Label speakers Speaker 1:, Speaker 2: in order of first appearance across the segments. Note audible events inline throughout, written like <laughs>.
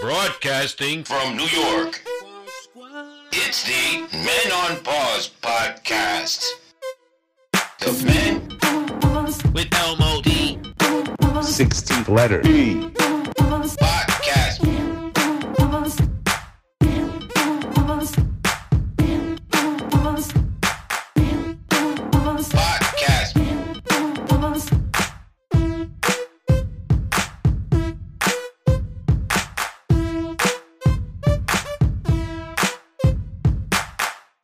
Speaker 1: Broadcasting from New York. It's the Men on Pause podcast. The men with Elmo D
Speaker 2: 16th letter. E.
Speaker 1: podcast. Podcast.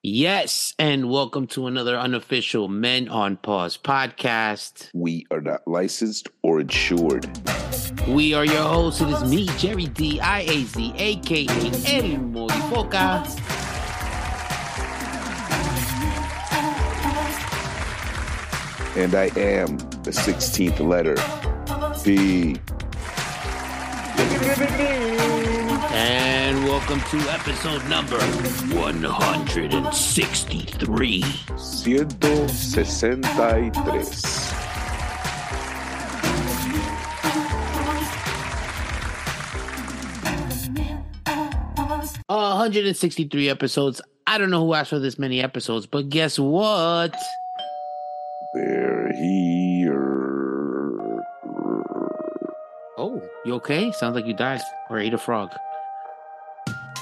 Speaker 3: Yes, and welcome to another unofficial Men on Pause podcast.
Speaker 2: We are not licensed or insured.
Speaker 3: We are your hosts. It is me, Jerry D. I A Z, aka El Morifoca.
Speaker 2: And I am the 16th letter. B.
Speaker 3: And welcome to episode number 163.
Speaker 2: 163.
Speaker 3: Uh, 163 episodes. I don't know who asked for this many episodes, but guess what?
Speaker 2: They're here.
Speaker 3: Oh, you okay? Sounds like you died or ate a frog.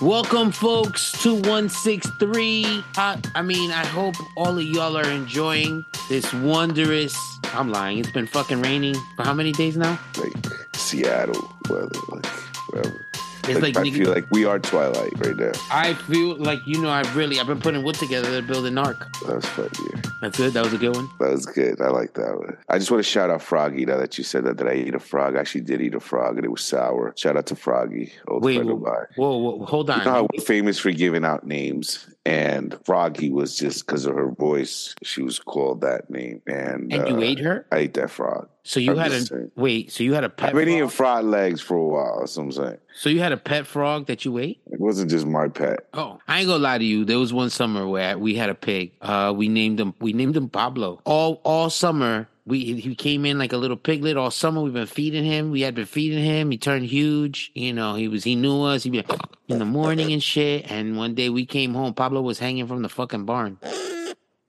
Speaker 3: Welcome, folks, to 163. I, I mean, I hope all of y'all are enjoying this wondrous. I'm lying. It's been fucking raining for how many days now?
Speaker 2: Like Seattle weather, like whatever.
Speaker 3: It's like,
Speaker 2: I
Speaker 3: nigga-
Speaker 2: feel like we are Twilight right now.
Speaker 3: I feel like you know. I really I've been putting wood together to build an arc.
Speaker 2: That was fun, yeah.
Speaker 3: That's good. That was a good one.
Speaker 2: That was good. I like that one. I just want to shout out Froggy now that you said that, that I ate a frog. I actually did eat a frog and it was sour. Shout out to Froggy, old
Speaker 3: Wait,
Speaker 2: friend
Speaker 3: whoa,
Speaker 2: of mine.
Speaker 3: whoa, whoa, hold on.
Speaker 2: You know how we're famous for giving out names, and Froggy was just because of her voice, she was called that name. And,
Speaker 3: and you
Speaker 2: uh,
Speaker 3: ate her?
Speaker 2: I ate that frog.
Speaker 3: So you
Speaker 2: I'm
Speaker 3: had a
Speaker 2: just saying.
Speaker 3: wait. So you had a pet.
Speaker 2: I've been eating
Speaker 3: frog?
Speaker 2: fried legs for a while. That's what I'm saying.
Speaker 3: So you had a pet frog that you ate?
Speaker 2: It wasn't just my pet.
Speaker 3: Oh, I ain't gonna lie to you. There was one summer where we had a pig. Uh, we named him. We named him Pablo. All all summer, we he came in like a little piglet. All summer, we've been feeding him. We had been feeding him. He turned huge. You know, he was he knew us. He'd be like, in the morning and shit. And one day we came home. Pablo was hanging from the fucking barn,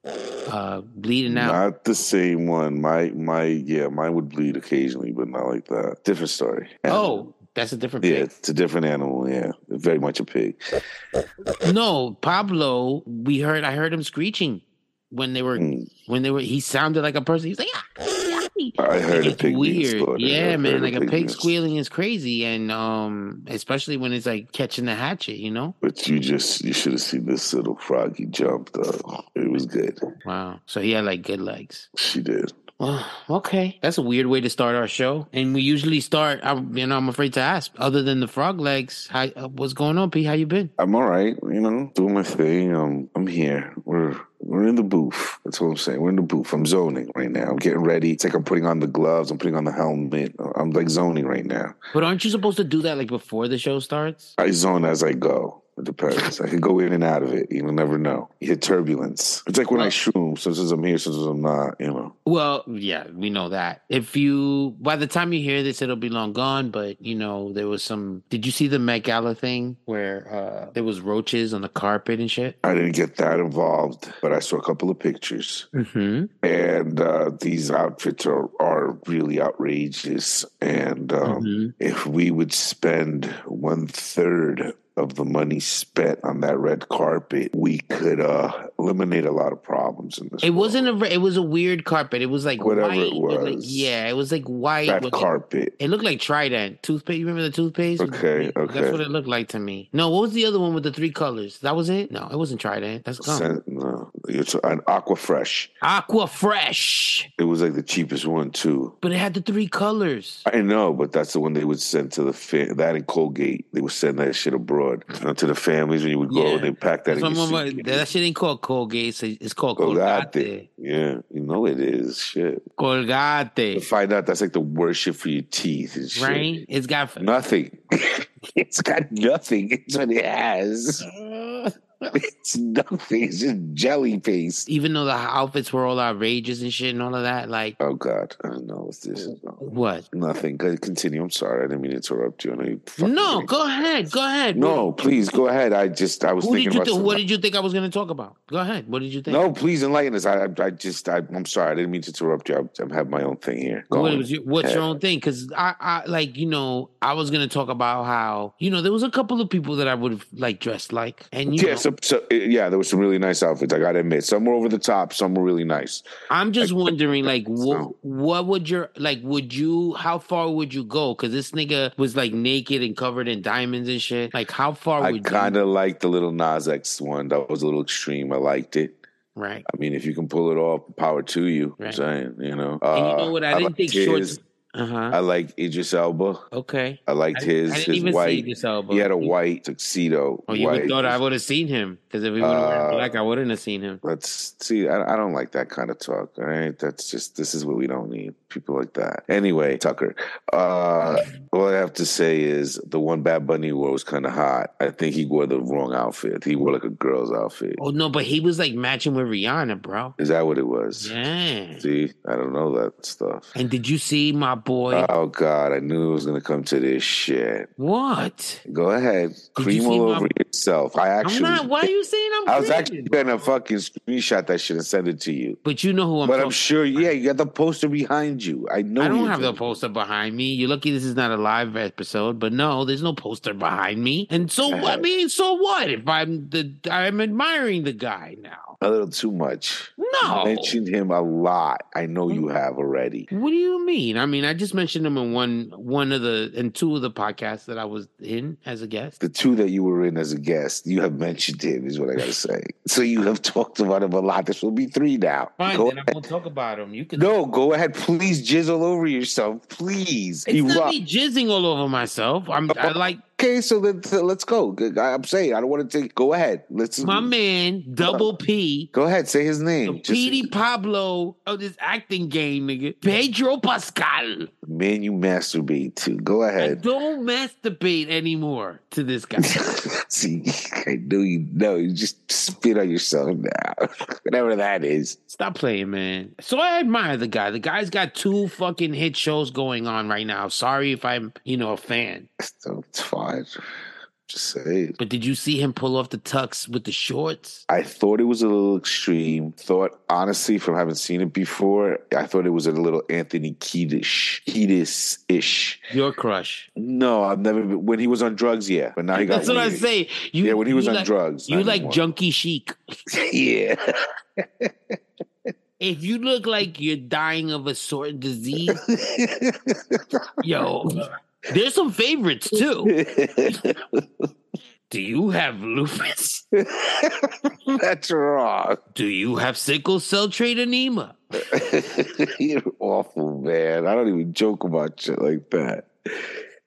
Speaker 3: uh, bleeding out.
Speaker 2: Not the same one. My my yeah, mine would bleed occasionally, but not like that. Different story.
Speaker 3: Oh, that's a different
Speaker 2: Yeah,
Speaker 3: pig.
Speaker 2: it's a different animal. Yeah, very much a pig.
Speaker 3: No, Pablo, we heard I heard him screeching when they were
Speaker 2: Mm.
Speaker 3: when they were he sounded like a person. He was like, ah, ah, ah."
Speaker 2: I heard a
Speaker 3: It's
Speaker 2: pig being
Speaker 3: weird.
Speaker 2: slaughtered.
Speaker 3: Yeah,
Speaker 2: I've
Speaker 3: man,
Speaker 2: heard
Speaker 3: like a pig
Speaker 2: being-
Speaker 3: squealing is crazy and um especially when it's like catching the hatchet, you know?
Speaker 2: But you just you should have seen this little froggy jump though. It was good.
Speaker 3: Wow. So he had like good legs.
Speaker 2: She did.
Speaker 3: Well, okay. That's a weird way to start our show. And we usually start I you know, I'm afraid to ask other than the frog legs, how, uh, what's going on, P? How you been?
Speaker 2: I'm all right, you know, doing my thing. Um, I'm here. We're we're in the booth. That's what I'm saying. We're in the booth. I'm zoning right now. I'm getting ready. It's like I'm putting on the gloves. I'm putting on the helmet. I'm like zoning right now.
Speaker 3: But aren't you supposed to do that like before the show starts?
Speaker 2: I zone as I go. It depends. I could go in and out of it. You'll never know. You hit turbulence. It's like when I shroom. Sometimes I'm here, sometimes I'm not. You know.
Speaker 3: Well, yeah, we know that. If you, by the time you hear this, it'll be long gone. But you know, there was some. Did you see the Met Gala thing where uh there was roaches on the carpet and shit?
Speaker 2: I didn't get that involved, but I saw a couple of pictures.
Speaker 3: Mm-hmm.
Speaker 2: and uh, these outfits are, are really outrageous. And um,
Speaker 3: Mm-hmm.
Speaker 2: if we would spend one third of the money spent on that red carpet, we could uh, eliminate a lot of problems in this.
Speaker 3: It wasn't a. re- It was a weird carpet. It was like
Speaker 2: Whatever
Speaker 3: white.
Speaker 2: it
Speaker 3: with, like-
Speaker 2: was.
Speaker 3: yeah, it was like white.
Speaker 2: that
Speaker 3: with-
Speaker 2: carpet.
Speaker 3: It looked like Trident toothpaste. You remember the toothpaste?
Speaker 2: Okay, okay.
Speaker 3: That's what it looked like to me. No, what was the other one with the three colors? That was it. No, it wasn't Trident. That's gone.
Speaker 2: Sen- no, uh, it's an Aqua Fresh.
Speaker 3: Aqua Fresh,
Speaker 2: It was like the cheapest one too.
Speaker 3: but it had the three colors.
Speaker 2: I know, but that's the one they would send to the fa- that in Colgate. They would send that shit abroad you know, to the families when you would go
Speaker 3: Yeah.
Speaker 2: and they pack
Speaker 3: That's
Speaker 2: that in.
Speaker 3: what
Speaker 2: Your
Speaker 3: I'm about-
Speaker 2: suitcase.
Speaker 3: that shit ain't called Colgate. so It's called
Speaker 2: Colgate.
Speaker 3: Colgate.
Speaker 2: Yeah, you know it is. Shit. To
Speaker 3: Colgate.
Speaker 2: find out that's like the worst shit for your teeth and shit.
Speaker 3: Right? It's got. <laughs>
Speaker 2: <laughs> Nothing. it's got nothing. It's what it has. it's nothing. It's just jelly paste.
Speaker 3: Even though the outfits were all outrageous and shit and all of that, like
Speaker 2: Oh God, I don't know
Speaker 3: <laughs>
Speaker 2: if this is
Speaker 3: what?
Speaker 2: nothing. Go- Continue. I'm sorry, I didn't mean to interrupt you. I know you fucking-
Speaker 3: No, go ahead, go ahead.
Speaker 2: no, please go ahead. I just I was
Speaker 3: Who
Speaker 2: thinking
Speaker 3: did you
Speaker 2: about
Speaker 3: th-
Speaker 2: some-
Speaker 3: what did you think I was going to talk about? Go ahead. What did you think?
Speaker 2: No, please enlighten us. I, I, I just, I, I'm sorry, I didn't mean to interrupt you. I, I have my own thing here. Go
Speaker 3: What
Speaker 2: on.
Speaker 3: was your, what's your own thing? Because I, I, like, you know, I was gonna talk about how, you know, there was a couple of people that I would have like dressed like, and you
Speaker 2: yeah,
Speaker 3: know,
Speaker 2: so, so, uh, yeah, there were some really nice outfits. I gotta admit, some were over the top, some were really nice.
Speaker 3: I'm just
Speaker 2: <laughs>
Speaker 3: wondering, like,
Speaker 2: So-
Speaker 3: what, what would your, like, would you, how far would you go? Because this nigga was like naked and covered in diamonds and shit. Like, how far
Speaker 2: I
Speaker 3: would
Speaker 2: kind of liked the little Nas X one. That was a little extreme. I liked it.
Speaker 3: you? Right.
Speaker 2: I mean, if you can pull it off, power to you.
Speaker 3: Right.
Speaker 2: I'm saying, you know.
Speaker 3: And you
Speaker 2: Uh,
Speaker 3: know what? I, didn't
Speaker 2: liked
Speaker 3: think shorts.
Speaker 2: his-
Speaker 3: Uh huh.
Speaker 2: I like Idris Elba.
Speaker 3: Okay.
Speaker 2: I liked
Speaker 3: I,
Speaker 2: his.
Speaker 3: I didn't
Speaker 2: his
Speaker 3: even see
Speaker 2: white.
Speaker 3: this album.
Speaker 2: he had a white tuxedo.
Speaker 3: Oh, you
Speaker 2: white.
Speaker 3: would thought I would have seen him because if he would have
Speaker 2: Uh,
Speaker 3: wearing black, I wouldn't have seen him.
Speaker 2: Let's see. I, I don't like that kind of talk. All right, that's just this is what we don't need. People like that. Anyway, Tucker.
Speaker 3: <laughs>
Speaker 2: Uh, all I have to say is the one Bad Bunny wore was kind of hot. I think he wore the wrong outfit. He wore like a girl's outfit.
Speaker 3: Oh no, but he was like matching with Rihanna, bro.
Speaker 2: Is that what it was?
Speaker 3: Yeah.
Speaker 2: See, I don't know that stuff.
Speaker 3: And did you see my boy?
Speaker 2: Oh God, I knew it was gonna come to this shit.
Speaker 3: what?
Speaker 2: Go ahead,
Speaker 3: you
Speaker 2: cream all
Speaker 3: see my-
Speaker 2: over yourself. I
Speaker 3: I'm
Speaker 2: actually,
Speaker 3: not. Why are you saying I'm?
Speaker 2: I was
Speaker 3: crazy?
Speaker 2: actually gonna fucking screenshot that shit and send it to you.
Speaker 3: But you know who I'm.
Speaker 2: but I'm
Speaker 3: talking-
Speaker 2: sure, yeah, you got the poster behind you. I know.
Speaker 3: I don't
Speaker 2: you
Speaker 3: have the poster behind me. You're lucky this is not a live episode, but no, there's no poster behind me. And so, I mean, so what if I'm the I'm admiring the guy now?
Speaker 2: A little too much.
Speaker 3: No. Mm-hmm.
Speaker 2: You mentioned him a lot. I know you have already.
Speaker 3: What do you mean? I mean, I just mentioned him in one one of the in two of the podcasts that I was in as a guest.
Speaker 2: The two that you were in as a guest, you have mentioned him, is what I gotta say. So you have talked about him a lot. This will be three now.
Speaker 3: Fine,
Speaker 2: Go-
Speaker 3: then I won't talk about him. You can.
Speaker 2: no, go ahead. Please jizz all over yourself. Please.
Speaker 3: it's
Speaker 2: Erupt.
Speaker 3: not me jizzing all over myself. I'm. I like
Speaker 2: Okay, so then, so let's go. I- I'm saying I don't want to take. Go ahead. Let's
Speaker 3: my man Double P,
Speaker 2: go ahead. Say his
Speaker 3: the
Speaker 2: name.
Speaker 3: Petey Pablo of this acting game, nigga. Pedro Pascal.
Speaker 2: man, you masturbate too. Go
Speaker 3: I
Speaker 2: ahead.
Speaker 3: don't masturbate anymore to this guy.
Speaker 2: <laughs> See, I knew you know. You just spit on yourself now. <laughs> Whatever that is.
Speaker 3: Stop playing, man. So I admire the guy. The guy's got two fucking hit shows going on right now. Sorry if I'm, you know, a fan.
Speaker 2: So it's fine. Just say it.
Speaker 3: But did you see him pull off the tux with the shorts?
Speaker 2: I thought it was a little extreme. Thought honestly, from having seen it before, I thought it was a little Anthony Kiedis, Kiedis ish.
Speaker 3: Your crush.
Speaker 2: No, I've never been when he was on drugs. Yeah, but now he got.
Speaker 3: That's what I
Speaker 2: weed.
Speaker 3: say. You,
Speaker 2: yeah, when he was
Speaker 3: you
Speaker 2: on
Speaker 3: like,
Speaker 2: drugs.
Speaker 3: You
Speaker 2: not
Speaker 3: like
Speaker 2: anymore.
Speaker 3: junkie chic.
Speaker 2: <laughs> yeah. <laughs>
Speaker 3: If you look like you're dying of a certain disease, Yo, there's some favorites too. Do you have lupus?
Speaker 2: That's wrong.
Speaker 3: Do you have sickle cell trait anemia?
Speaker 2: <laughs> You're awful, man. I don't even joke about shit like that.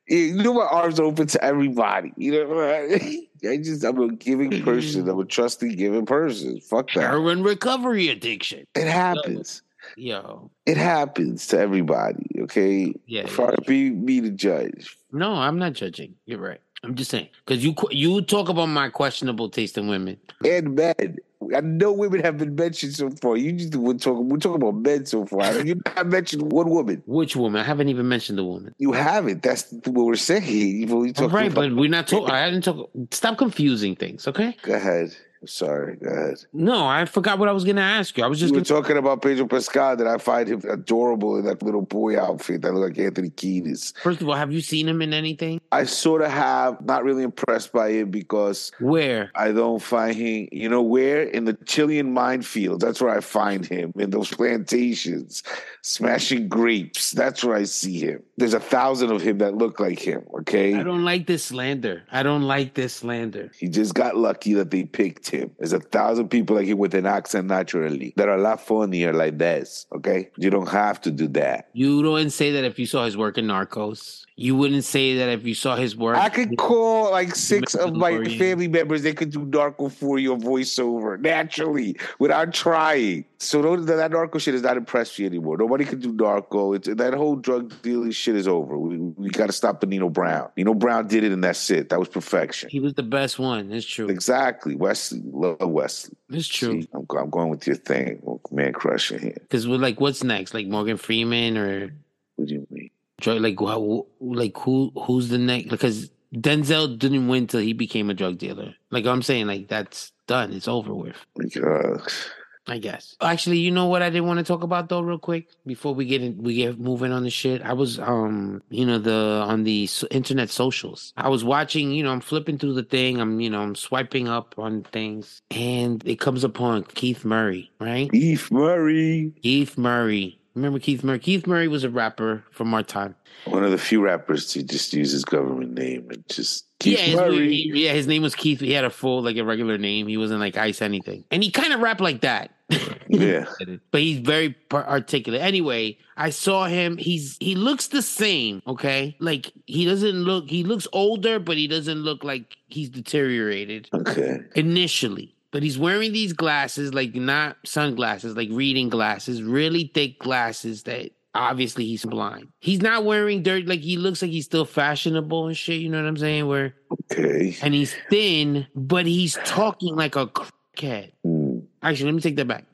Speaker 2: You know my arms open to everybody. You know what I mean? <laughs> I just I'm a giving person. I'm a trusting giving person. Fuck that.
Speaker 3: Heroin recovery addiction.
Speaker 2: It happens.
Speaker 3: Yo,
Speaker 2: It happens to everybody. Okay.
Speaker 3: yeah. yeah.
Speaker 2: Fuck be me the judge.
Speaker 3: No, I'm not judging. You're right. I'm just saying because you qu- you talk about my questionable taste in women.
Speaker 2: And men. I know women have been mentioned so far. You just we're talking we're talking about men so
Speaker 3: <laughs>
Speaker 2: far. You not mentioned one woman.
Speaker 3: Which woman? I haven't even mentioned the woman.
Speaker 2: You haven't. That's what we're saying. <laughs> You've only
Speaker 3: All
Speaker 2: talked
Speaker 3: right,
Speaker 2: about
Speaker 3: but we're not talking. I didn't talk. Stop confusing things, okay?
Speaker 2: Go ahead. I'm sorry. Go ahead.
Speaker 3: No, I forgot what I was gonna ask you. I was
Speaker 2: You
Speaker 3: just
Speaker 2: were
Speaker 3: gonna,
Speaker 2: talking about Pedro Pascal that I find him adorable in that little boy outfit that look like Anthony Kiedis.
Speaker 3: first of all, have you seen him in anything?
Speaker 2: I sort of have not really impressed by him because
Speaker 3: Where?
Speaker 2: I don't find him, you know, where in the Chilean minefields. That's where I find him in those plantations, smashing grapes. That's where I see him. There's a thousand of him that look like him. Okay,
Speaker 3: I don't like this slander. I don't like this slander.
Speaker 2: He just got lucky that they picked him. There's a thousand people like him with an accent naturally that are a lot funnier like this. Okay, you don't have to do that.
Speaker 3: You don't say that if you saw his work in Narcos. You wouldn't say that if you saw his work.
Speaker 2: I could call like six
Speaker 3: Make
Speaker 2: of
Speaker 3: it
Speaker 2: my
Speaker 3: for you.
Speaker 2: family members. They could do narco for your voiceover naturally without trying. So don't, that narco shit is not impressed me anymore. Nobody can do narco. It's, that whole drug dealing shit is over. We, we got to stop the Nino Brown. Nino Brown did it, and that's it. That was perfection.
Speaker 3: He was the best one. It's true.
Speaker 2: Exactly, Wesley. Love Wesley.
Speaker 3: It's true.
Speaker 2: See, I'm, I'm going with your thing, Oh, man. Crushing here.
Speaker 3: Because we're like, what's next? Like Morgan Freeman or
Speaker 2: What do you mean?
Speaker 3: drug? Like, wha- like who? Who's the next? Because Denzel didn't win till he became a drug dealer. Like I'm saying, like that's done. It's over with.
Speaker 2: Because
Speaker 3: I guess. Actually, you know what I did want to talk about though, real quick, before we get in, we get moving on the shit. I was um, you know, the on the so- internet socials. I was watching. You know, I'm flipping through the thing. I'm you know, I'm swiping up on things, and it comes upon Keith Murray, right?
Speaker 2: Eve Murray,
Speaker 3: Keith Murray. Remember Keith Murray? Keith Murray was a rapper from our time.
Speaker 2: one of the few rappers to just use his government name and just Keith
Speaker 3: yeah, his,
Speaker 2: Murray.
Speaker 3: yeah, his name was Keith. He had a full, like a regular name. He wasn't like Ice anything, and he kind of rapped like that. <laughs>
Speaker 2: Yeah.
Speaker 3: but he's very par- articulate. Anyway, I saw him. He's he looks the same. Okay, like he doesn't look. He looks older, but he doesn't look like he's deteriorated
Speaker 2: Okay.
Speaker 3: initially. But he's wearing these glasses, like not sunglasses, like reading glasses, really thick glasses that obviously he's blind. He's not wearing dirt. Like he looks like he's still fashionable and shit. You know what I'm saying? Where
Speaker 2: Okay.
Speaker 3: and he's thin, but he's talking like a crackhead.
Speaker 2: Mm.
Speaker 3: Actually, let me take that back.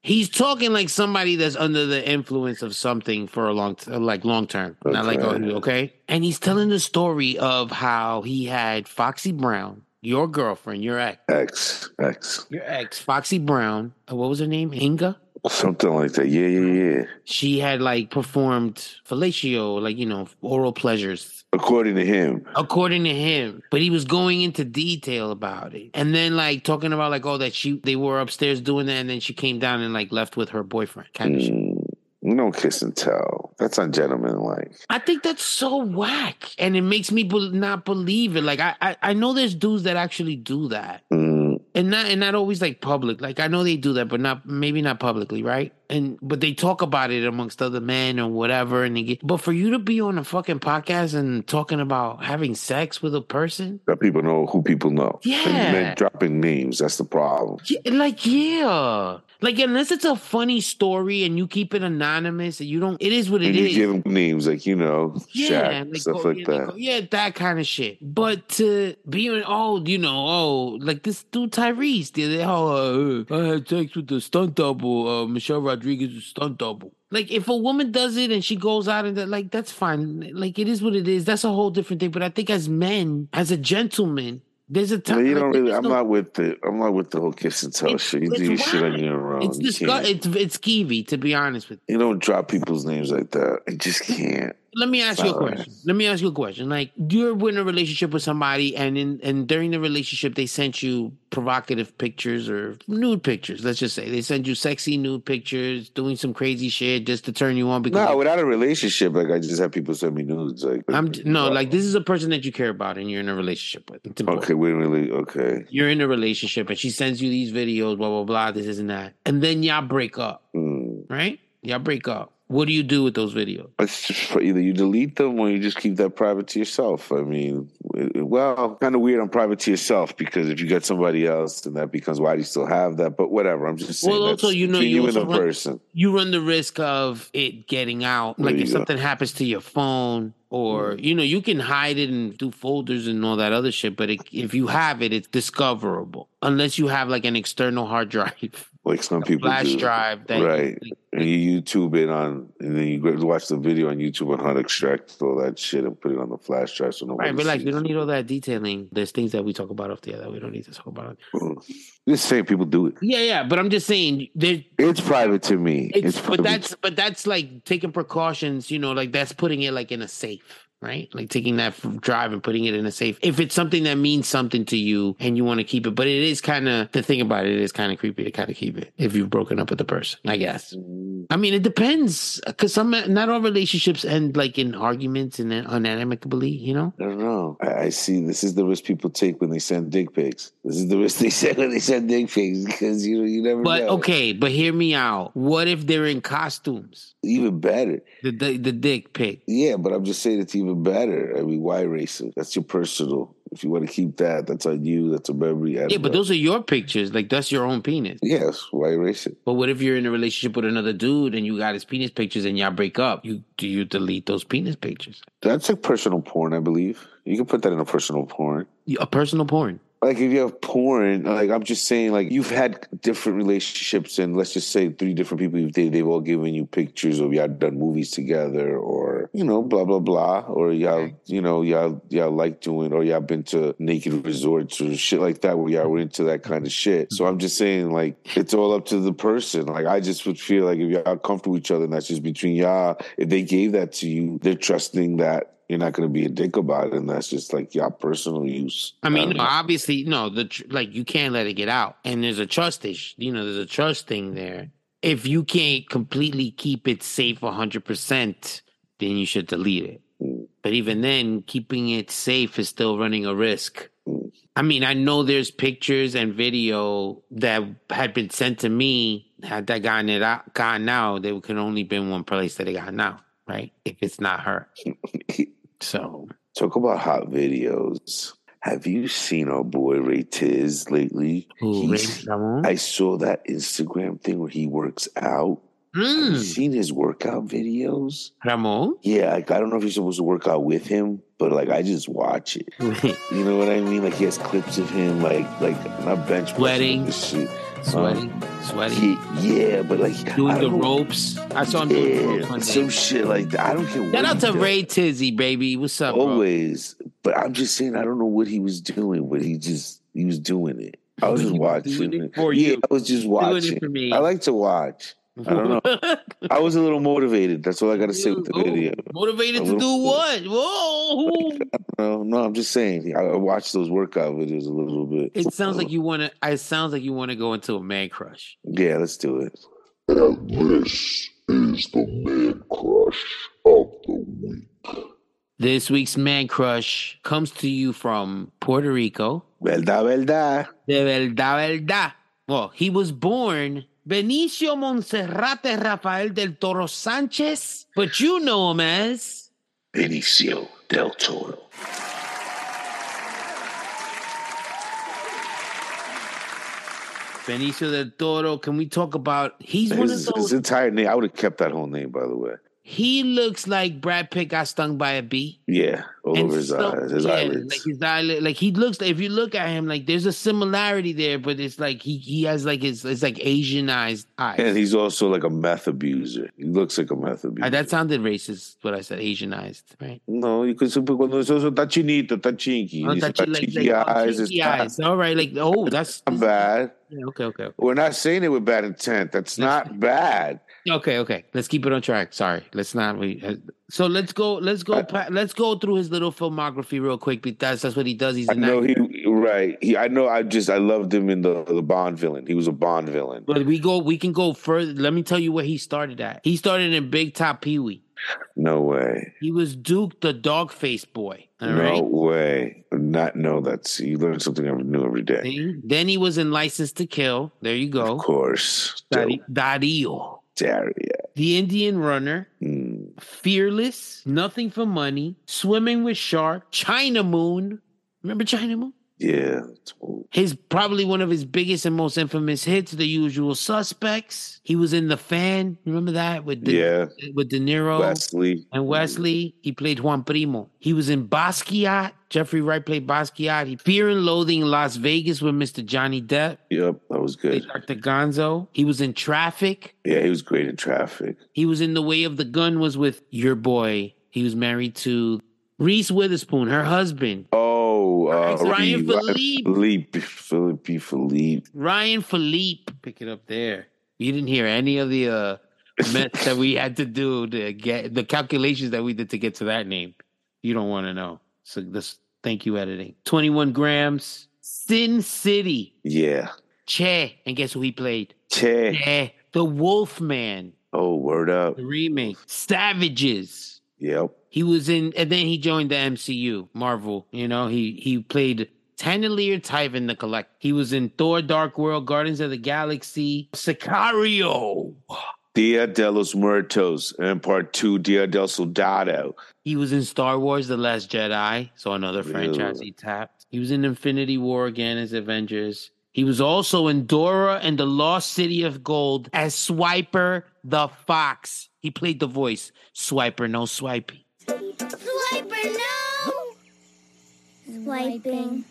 Speaker 3: He's talking like somebody that's under the influence of something for a long, t- like long term, not like
Speaker 2: Okay.
Speaker 3: oh, okay. And he's telling the story of how he had Foxy Brown, your girlfriend, your ex,
Speaker 2: X. X.
Speaker 3: your ex, Foxy Brown. uh, What was her name? Inga.
Speaker 2: Something like that. Yeah, yeah, yeah.
Speaker 3: She had like performed fellatio, like you know, oral pleasures
Speaker 2: According to him.
Speaker 3: according to him but he was going into detail about it and then like talking about like oh that she they were upstairs doing that and then she came down and like left with her boyfriend kind of shit.
Speaker 2: Mm. No kiss and tell. That's ungentlemanlike.
Speaker 3: i think that's so whack and it makes me bel not believe it like I, I i know there's dudes that actually do that
Speaker 2: Mm.
Speaker 3: and not and not always like public like i know they do that but not maybe not publicly right and but they talk about it amongst other men or whatever and they get but for you to be on a fucking podcast and talking about having sex with a person
Speaker 2: That people know who people know.
Speaker 3: Yeah.
Speaker 2: And men dropping names. That's the problem.
Speaker 3: Yeah, like yeah, like unless it's a funny story and you keep it anonymous and you don't, it is what it
Speaker 2: And
Speaker 3: is.
Speaker 2: you give them names like, you know, Shaq, stuff
Speaker 3: oh,
Speaker 2: like
Speaker 3: yeah,
Speaker 2: that.
Speaker 3: oh, yeah, that kind of shit. But to be an oh, you know, oh, like this dude Tyrese did it. Oh, uh, I had sex with the stunt double, uh, Michelle Rodriguez's stunt double. Like if a woman does it and she goes out and that, like that's fine. Like it is what it is. That's a whole different thing. But I think as men, as a gentleman, there's a
Speaker 2: No,
Speaker 3: time.
Speaker 2: you
Speaker 3: like,
Speaker 2: don't
Speaker 3: there
Speaker 2: really.
Speaker 3: is
Speaker 2: I'm
Speaker 3: no-
Speaker 2: not with the. I'm not with the whole kiss and tell
Speaker 3: It's-
Speaker 2: shit. You
Speaker 3: it's
Speaker 2: do your shit on
Speaker 3: whack.
Speaker 2: your own.
Speaker 3: It's
Speaker 2: you, can't-
Speaker 3: disgusting. It's it's skeevy, to be honest with you.
Speaker 2: you don't drop people's names like that. I just can't.
Speaker 3: Let me ask you a
Speaker 2: All right.
Speaker 3: question. Let me ask you a question. Like you're in a relationship with somebody, and in and during the relationship, they sent you provocative pictures or nude pictures. Let's just say they send you sexy nude pictures, doing some crazy shit just to turn you on. Because
Speaker 2: No, without a relationship, like I just have people send me nudes. Like
Speaker 3: I'm no like this is a person that you care about, and you're in a relationship with. It's important.
Speaker 2: Okay, we didn't really. Okay,
Speaker 3: You're in a relationship, and she sends you these videos, blah blah blah, this isn't that, and then y'all break up,
Speaker 2: mm.
Speaker 3: right? Y'all break up. What do you do with those videos?
Speaker 2: it's just for either you delete them or you just keep that private to yourself. I mean, it- it- well, kind of weird on private to yourself because if you got somebody else, then that becomes why do you still have that? But whatever, I'm just saying.
Speaker 3: Well,
Speaker 2: that's
Speaker 3: also, you know,
Speaker 2: between
Speaker 3: you
Speaker 2: you and
Speaker 3: also
Speaker 2: the
Speaker 3: run-
Speaker 2: person.
Speaker 3: you run the risk of it getting out.
Speaker 2: There
Speaker 3: Like
Speaker 2: you
Speaker 3: if
Speaker 2: go. Mm-hmm.
Speaker 3: something happens to your phone, or you know, you can hide it and do folders and all that other shit. But it, if you have it, it's discoverable unless you have like an external hard <laughs> drive,
Speaker 2: Like some
Speaker 3: a
Speaker 2: people
Speaker 3: flash
Speaker 2: do.
Speaker 3: drive. That
Speaker 2: Right. and you YouTube it on, and then you gra- watch the video on YouTube on how to extract all that shit and put it on the flash drive. So nobody
Speaker 3: Right, relax.
Speaker 2: sees
Speaker 3: We don't
Speaker 2: it.
Speaker 3: need all that detailing. There's things that we talk about off the air that we don't need to talk about.
Speaker 2: Just saying, people do it.
Speaker 3: Yeah, yeah. But I'm just saying, there,
Speaker 2: It's private to me.
Speaker 3: it's,
Speaker 2: It's,
Speaker 3: but
Speaker 2: private.
Speaker 3: that's but that's like taking precautions you know like that's putting it like in a safe right like taking that f- drive and putting it in a safe if it's something that means something to you and you want to keep it but it is kind of the thing about it, it is kind of creepy to kind of keep it if you've broken up with the person i guess i mean it depends because some not all relationships end like in arguments and then unamicably you know
Speaker 2: I don't know. I, I see. This is the risk people take when they send dick pics. This is the risk they <laughs> send when they send dick pics because you know you never.
Speaker 3: but
Speaker 2: know.
Speaker 3: okay but hear me out what if they're in costumes
Speaker 2: even better.
Speaker 3: the the, the dick pic
Speaker 2: Yeah, but I'm just saying it's even even better. I mean, why racist? That's your personal. If you want to keep that, that's on you. That's a memory.
Speaker 3: Yeah, but those are your pictures. Like that's your own penis.
Speaker 2: Yes, why racist?
Speaker 3: But what if you're in a relationship with another dude and you got his penis pictures and y'all break up? You do you delete those penis pictures?
Speaker 2: That's like personal porn, I believe. You can put that in a personal porn.
Speaker 3: A personal porn.
Speaker 2: Like if you have porn, like I'm just saying, like you've had different relationships, and let's just say three different people you've dated, they've all given you pictures of y'all done movies together, or you know, blah blah blah, or y'all, you know, y'all y'all like doing, or y'all been to naked resorts or shit like that, where y'all were into that kind of shit. So I'm just saying, like it's all up to the person. Like I just would feel like if y'all comfortable with each other, and that's just between y'all. If they gave that to you, they're trusting that you're not going to be a dick about it, and that's just like your personal use.
Speaker 3: I mean, no, obviously, no, the tr- like you can't let it get out, and there's a trust issue. You know, there's a trust thing there. If you can't completely keep it safe 100, percent then you should delete it.
Speaker 2: Mm.
Speaker 3: But even then, keeping it safe is still running a risk.
Speaker 2: Mm.
Speaker 3: I mean, I know there's pictures and video that had been sent to me had that gotten it out, gotten out, there could only been one place that it got out, right? If it's not
Speaker 2: <laughs>
Speaker 3: her, so.
Speaker 2: Talk about hot videos. Have you seen our boy Ray Tiz lately?
Speaker 3: Ooh, Ray
Speaker 2: He's-
Speaker 3: Ramon?
Speaker 2: I saw that Instagram thing where he works out. Have you
Speaker 3: Mm,
Speaker 2: seen his workout videos?
Speaker 3: Ramon?
Speaker 2: Yeah, like I don't know if you're supposed to work out with him, but like I just watch it.
Speaker 3: Um,
Speaker 2: You know what I mean? Like he has clips of him, like like not bench pressing,
Speaker 3: Sweating.
Speaker 2: but This shit.
Speaker 3: sweating, sweating,
Speaker 2: Yeah, yeah, but like I
Speaker 3: doing
Speaker 2: don't
Speaker 3: the
Speaker 2: know-
Speaker 3: ropes. I saw him doing the ropes
Speaker 2: Yeah,
Speaker 3: one
Speaker 2: some
Speaker 3: day.
Speaker 2: shit like that. I don't care. what
Speaker 3: Shout out
Speaker 2: he
Speaker 3: to
Speaker 2: does.
Speaker 3: Ray Tizzy, baby. What's up, bro?
Speaker 2: always. But I'm just saying, I don't know what he was doing, but he just he was doing it. I was
Speaker 3: He
Speaker 2: just
Speaker 3: was
Speaker 2: watching
Speaker 3: doing it
Speaker 2: it.
Speaker 3: for
Speaker 2: yeah,
Speaker 3: you.
Speaker 2: I was just
Speaker 3: Doing
Speaker 2: watching.
Speaker 3: it for me.
Speaker 2: I like to watch. I don't know.
Speaker 3: <laughs>
Speaker 2: I was a little motivated. That's all I got to say with the
Speaker 3: Oh,
Speaker 2: video.
Speaker 3: Motivated
Speaker 2: A
Speaker 3: to
Speaker 2: little-
Speaker 3: do what?
Speaker 2: <laughs>
Speaker 3: Whoa!
Speaker 2: No, no, I'm just saying. I I watched those workout videos a little bit.
Speaker 3: It sounds like you want to. It sounds like you want to go into a man crush.
Speaker 2: Yeah, let's do it.
Speaker 1: And this is the man crush of the week.
Speaker 3: This week's man crush comes to you from Puerto Rico.
Speaker 2: Verdad, verdad.
Speaker 3: De verdad, verdad. Well, he was born Benicio Monserrate Rafael del Toro Sanchez, but you know him as.
Speaker 2: Benicio del Toro.
Speaker 3: Benicio del Toro, can we talk about? He's one
Speaker 2: His,
Speaker 3: of
Speaker 2: his
Speaker 3: those.
Speaker 2: entire name. I would have kept that whole name, by the way.
Speaker 3: He looks like Brad Pitt got stung by a bee.
Speaker 2: Yeah, all
Speaker 3: And
Speaker 2: over Oh, his
Speaker 3: so-
Speaker 2: eyes, his
Speaker 3: yeah,
Speaker 2: eyelids.
Speaker 3: Like his eyelid, like he looks. If you look at him, like there's a similarity there, but it's like he he has like his it's like Asianized eyes.
Speaker 2: And he's also like a meth abuser. He looks like a meth
Speaker 3: Uh,
Speaker 2: abuser.
Speaker 3: that sounded racist. What I said, Asianized, right?
Speaker 2: no, you could super cuando eso está chinito, está chinky.
Speaker 3: Oh,
Speaker 2: Dice,
Speaker 3: that you
Speaker 2: "Está
Speaker 3: like,
Speaker 2: chinky ah,
Speaker 3: like oh,
Speaker 2: eyes, it's
Speaker 3: chinky
Speaker 2: not-
Speaker 3: eyes. All right, like oh,
Speaker 2: <laughs>
Speaker 3: that's
Speaker 2: not bad.
Speaker 3: yeah, okay, okay, okay.
Speaker 2: We're not saying it with bad intent. That's not bad.
Speaker 3: okay, okay. Let's keep it on track. Sorry, let's not. We, uh, so let's go. Let's go.
Speaker 2: I-
Speaker 3: pa- let's go through his little filmography real quick because that's what he does. He's
Speaker 2: I
Speaker 3: an
Speaker 2: know
Speaker 3: actor.
Speaker 2: he right. He, I know. I just I loved him in the the Bond villain. He was a Bond villain.
Speaker 3: But we go. We can go further. Let me tell you where he started at. He started in Big Top Pee Wee.
Speaker 2: No way.
Speaker 3: He was Duke the dog face boy. All
Speaker 2: no
Speaker 3: right.
Speaker 2: way. Not know that's you learn something new every day.
Speaker 3: See? Then he was in License to Kill. There you
Speaker 2: Of
Speaker 3: go.
Speaker 2: course,
Speaker 3: Dari- Dario.
Speaker 2: Daria.
Speaker 3: The Indian Runner.
Speaker 2: Mm.
Speaker 3: Fearless. Nothing for Money. Swimming with Shark. China Moon. Remember China Moon?
Speaker 2: Yeah.
Speaker 3: His probably one of his biggest and most infamous hits, The Usual Suspects. He was in The Fan. Remember that with De,
Speaker 2: Yeah.
Speaker 3: with De Niro
Speaker 2: Wesley.
Speaker 3: and Wesley. He played Juan Primo. He was in Basquiat. Jeffrey Wright played Basquiat. He Fear and Loathing in Las Vegas with Mr. Johnny Depp.
Speaker 2: Yep, that was good.
Speaker 3: Played Dr. Gonzo. He was in Traffic.
Speaker 2: Yeah, he was great in traffic.
Speaker 3: He was in The Way of the Gun. Was with your boy. He was married to Reese Witherspoon, her husband.
Speaker 2: Oh, uh,
Speaker 3: It's Ryan
Speaker 2: Ryan
Speaker 3: Philippe.
Speaker 2: Philippe, Philippe, Philippe.
Speaker 3: Ryan Philippe. Pick it up there. You didn't hear any of the uh, mess
Speaker 2: <laughs>
Speaker 3: that we had to do to get the calculations that we did to get to that name. You don't want to know. So this, thank you, editing. 21 grams. Sin City.
Speaker 2: Yeah.
Speaker 3: Che. And guess who he played?
Speaker 2: Che.
Speaker 3: Che. The Wolfman.
Speaker 2: Oh, word up.
Speaker 3: The remake. Savages.
Speaker 2: Yep.
Speaker 3: He was in, and then he joined the MCU, Marvel. You know, he he played Tannelier Tyve in the Collect. He was in Thor: Dark World, Guardians of the Galaxy, Sicario,
Speaker 2: Dia de los Muertos, and part two, Dia del Soldado.
Speaker 3: He was in Star Wars: The Last Jedi, so another franchise he tapped. He was in Infinity War again as Avengers. He was also in Dora and the Lost City of Gold as Swiper the Fox. He played the voice Swiper, no swipey.
Speaker 4: Swiper, no! Swiping.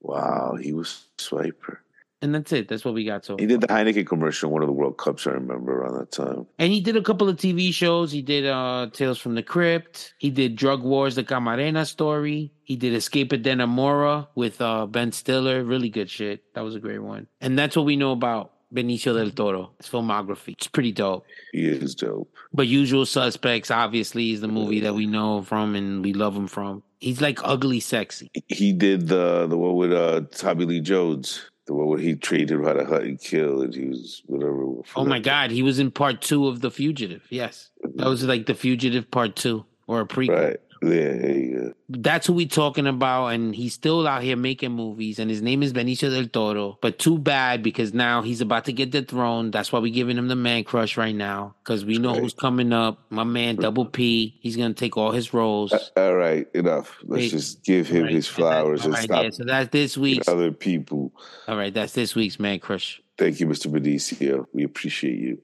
Speaker 2: Wow, he was Swiper.
Speaker 3: And that's it. That's what we got so
Speaker 2: He
Speaker 3: far.
Speaker 2: did the Heineken commercial in one of the World Cups, I remember, around that time.
Speaker 3: And he did a couple of TV shows. He did uh, Tales from the Crypt. He did Drug Wars, the Camarena story. He did Escape at Denamora with uh, Ben Stiller. Really good shit. That was a great one. And that's what we know about Benicio del Toro. His filmography. It's pretty dope.
Speaker 2: He is dope.
Speaker 3: But Usual Suspects, obviously, is the movie that we know from and we love him from. He's like ugly sexy.
Speaker 2: He did the the one with uh, Tommy Lee Jones, the one where he trained him how to hunt and kill, and he was whatever.
Speaker 3: Oh my God. He was in part two of The Fugitive. Yes. That was like The Fugitive part two or a prequel.
Speaker 2: Right. Yeah, yeah, yeah.
Speaker 3: that's who we talking about and he's still out here making movies and his name is benicio del toro but too bad because now he's about to get dethroned that's why we giving him the man crush right now because we know
Speaker 2: Right.
Speaker 3: who's coming up my man double p he's gonna take all his roles
Speaker 2: A- All right, enough. Let's
Speaker 3: Hey,
Speaker 2: just give him
Speaker 3: Right,
Speaker 2: his
Speaker 3: and that-
Speaker 2: flowers
Speaker 3: all
Speaker 2: and
Speaker 3: right,
Speaker 2: stop
Speaker 3: yeah, so that's this week's
Speaker 2: other people.
Speaker 3: all right that's this week's man crush
Speaker 2: Thank you, Mr. Benicio. We appreciate you.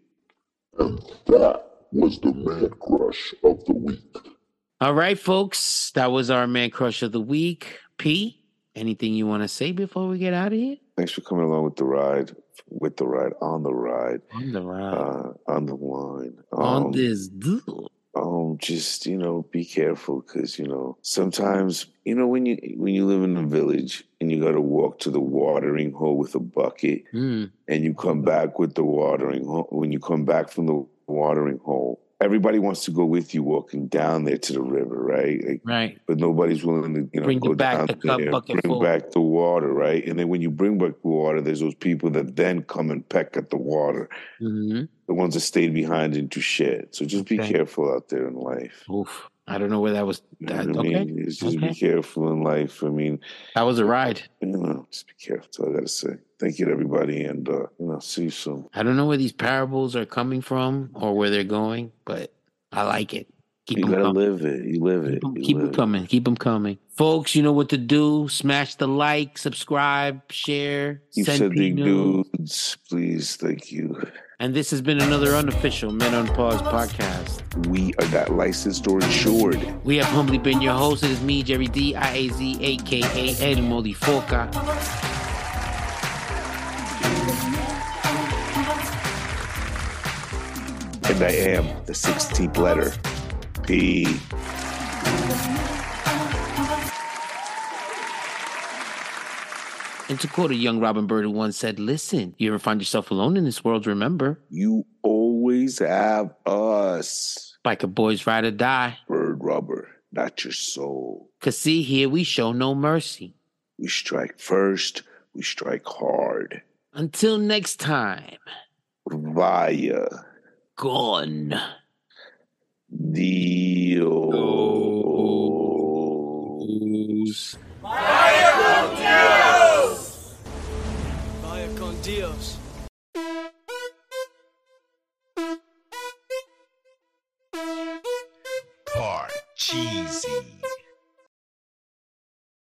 Speaker 1: And that was the man crush of the week.
Speaker 3: all right folks that was our man crush of the week p anything you want to say before we get out of here
Speaker 2: Thanks for coming along with the ride, with the ride, on the ride,
Speaker 3: on the round
Speaker 2: uh, on the wine.
Speaker 3: on
Speaker 2: Um,
Speaker 3: this dude.
Speaker 2: um, just you know, be careful because you know sometimes you know when you when you live in a village and you got to walk to the watering hole with a bucket,
Speaker 3: Mm.
Speaker 2: and you come back with the watering hole, when you come back from the watering hole, everybody wants to go with you walking down there to the river, right? Like,
Speaker 3: right
Speaker 2: but nobody's willing to, you know,
Speaker 3: Bring
Speaker 2: go
Speaker 3: back
Speaker 2: down
Speaker 3: the cup
Speaker 2: there,
Speaker 3: bucket
Speaker 2: bring
Speaker 3: full.
Speaker 2: back the water, right? And then when you bring back the water, there's those people that then come and peck at the water,
Speaker 3: hmm
Speaker 2: the ones that stayed behind and do shit. So just be
Speaker 3: Okay.
Speaker 2: careful out there in life.
Speaker 3: Oof. I don't know where that was.
Speaker 2: You know
Speaker 3: That,
Speaker 2: what I
Speaker 3: okay.
Speaker 2: mean? It's just
Speaker 3: Okay.
Speaker 2: be careful in life. I mean,
Speaker 3: That was a ride.
Speaker 2: you know, just be careful. That's all I got to say. Thank you to everybody, and uh, you know, see you soon.
Speaker 3: I don't know where these parables are coming from or where they're going, but I like it. Keep
Speaker 2: You
Speaker 3: them
Speaker 2: gotta
Speaker 3: coming.
Speaker 2: live it. You live it.
Speaker 3: Keep 'em-
Speaker 2: You
Speaker 3: keep them
Speaker 2: live it.
Speaker 3: coming. Keep them coming. Folks, you know what to do. Smash the like, subscribe, share,
Speaker 2: Keep
Speaker 3: send
Speaker 2: sending
Speaker 3: P-News.
Speaker 2: dudes, please. Thank you.
Speaker 3: And this has been another unofficial Men on Pause podcast.
Speaker 2: We are not licensed or insured.
Speaker 3: We have humbly been your host. It is me, Jerry D, I A Z, A K A El Modifoca.
Speaker 2: And I am the 16th letter. P.
Speaker 3: And to quote a young Robin Bird who once said, Listen, you ever find yourself alone in this world, remember,
Speaker 2: You always have us.
Speaker 3: like a boy's ride or die.
Speaker 2: Bird rubber, not your soul.
Speaker 3: Cause see, here we show no mercy.
Speaker 2: We strike first, we strike hard.
Speaker 3: Until next time,
Speaker 2: Via
Speaker 3: gone.
Speaker 2: deal.
Speaker 5: Vaya con Dios.
Speaker 6: Part cheesy.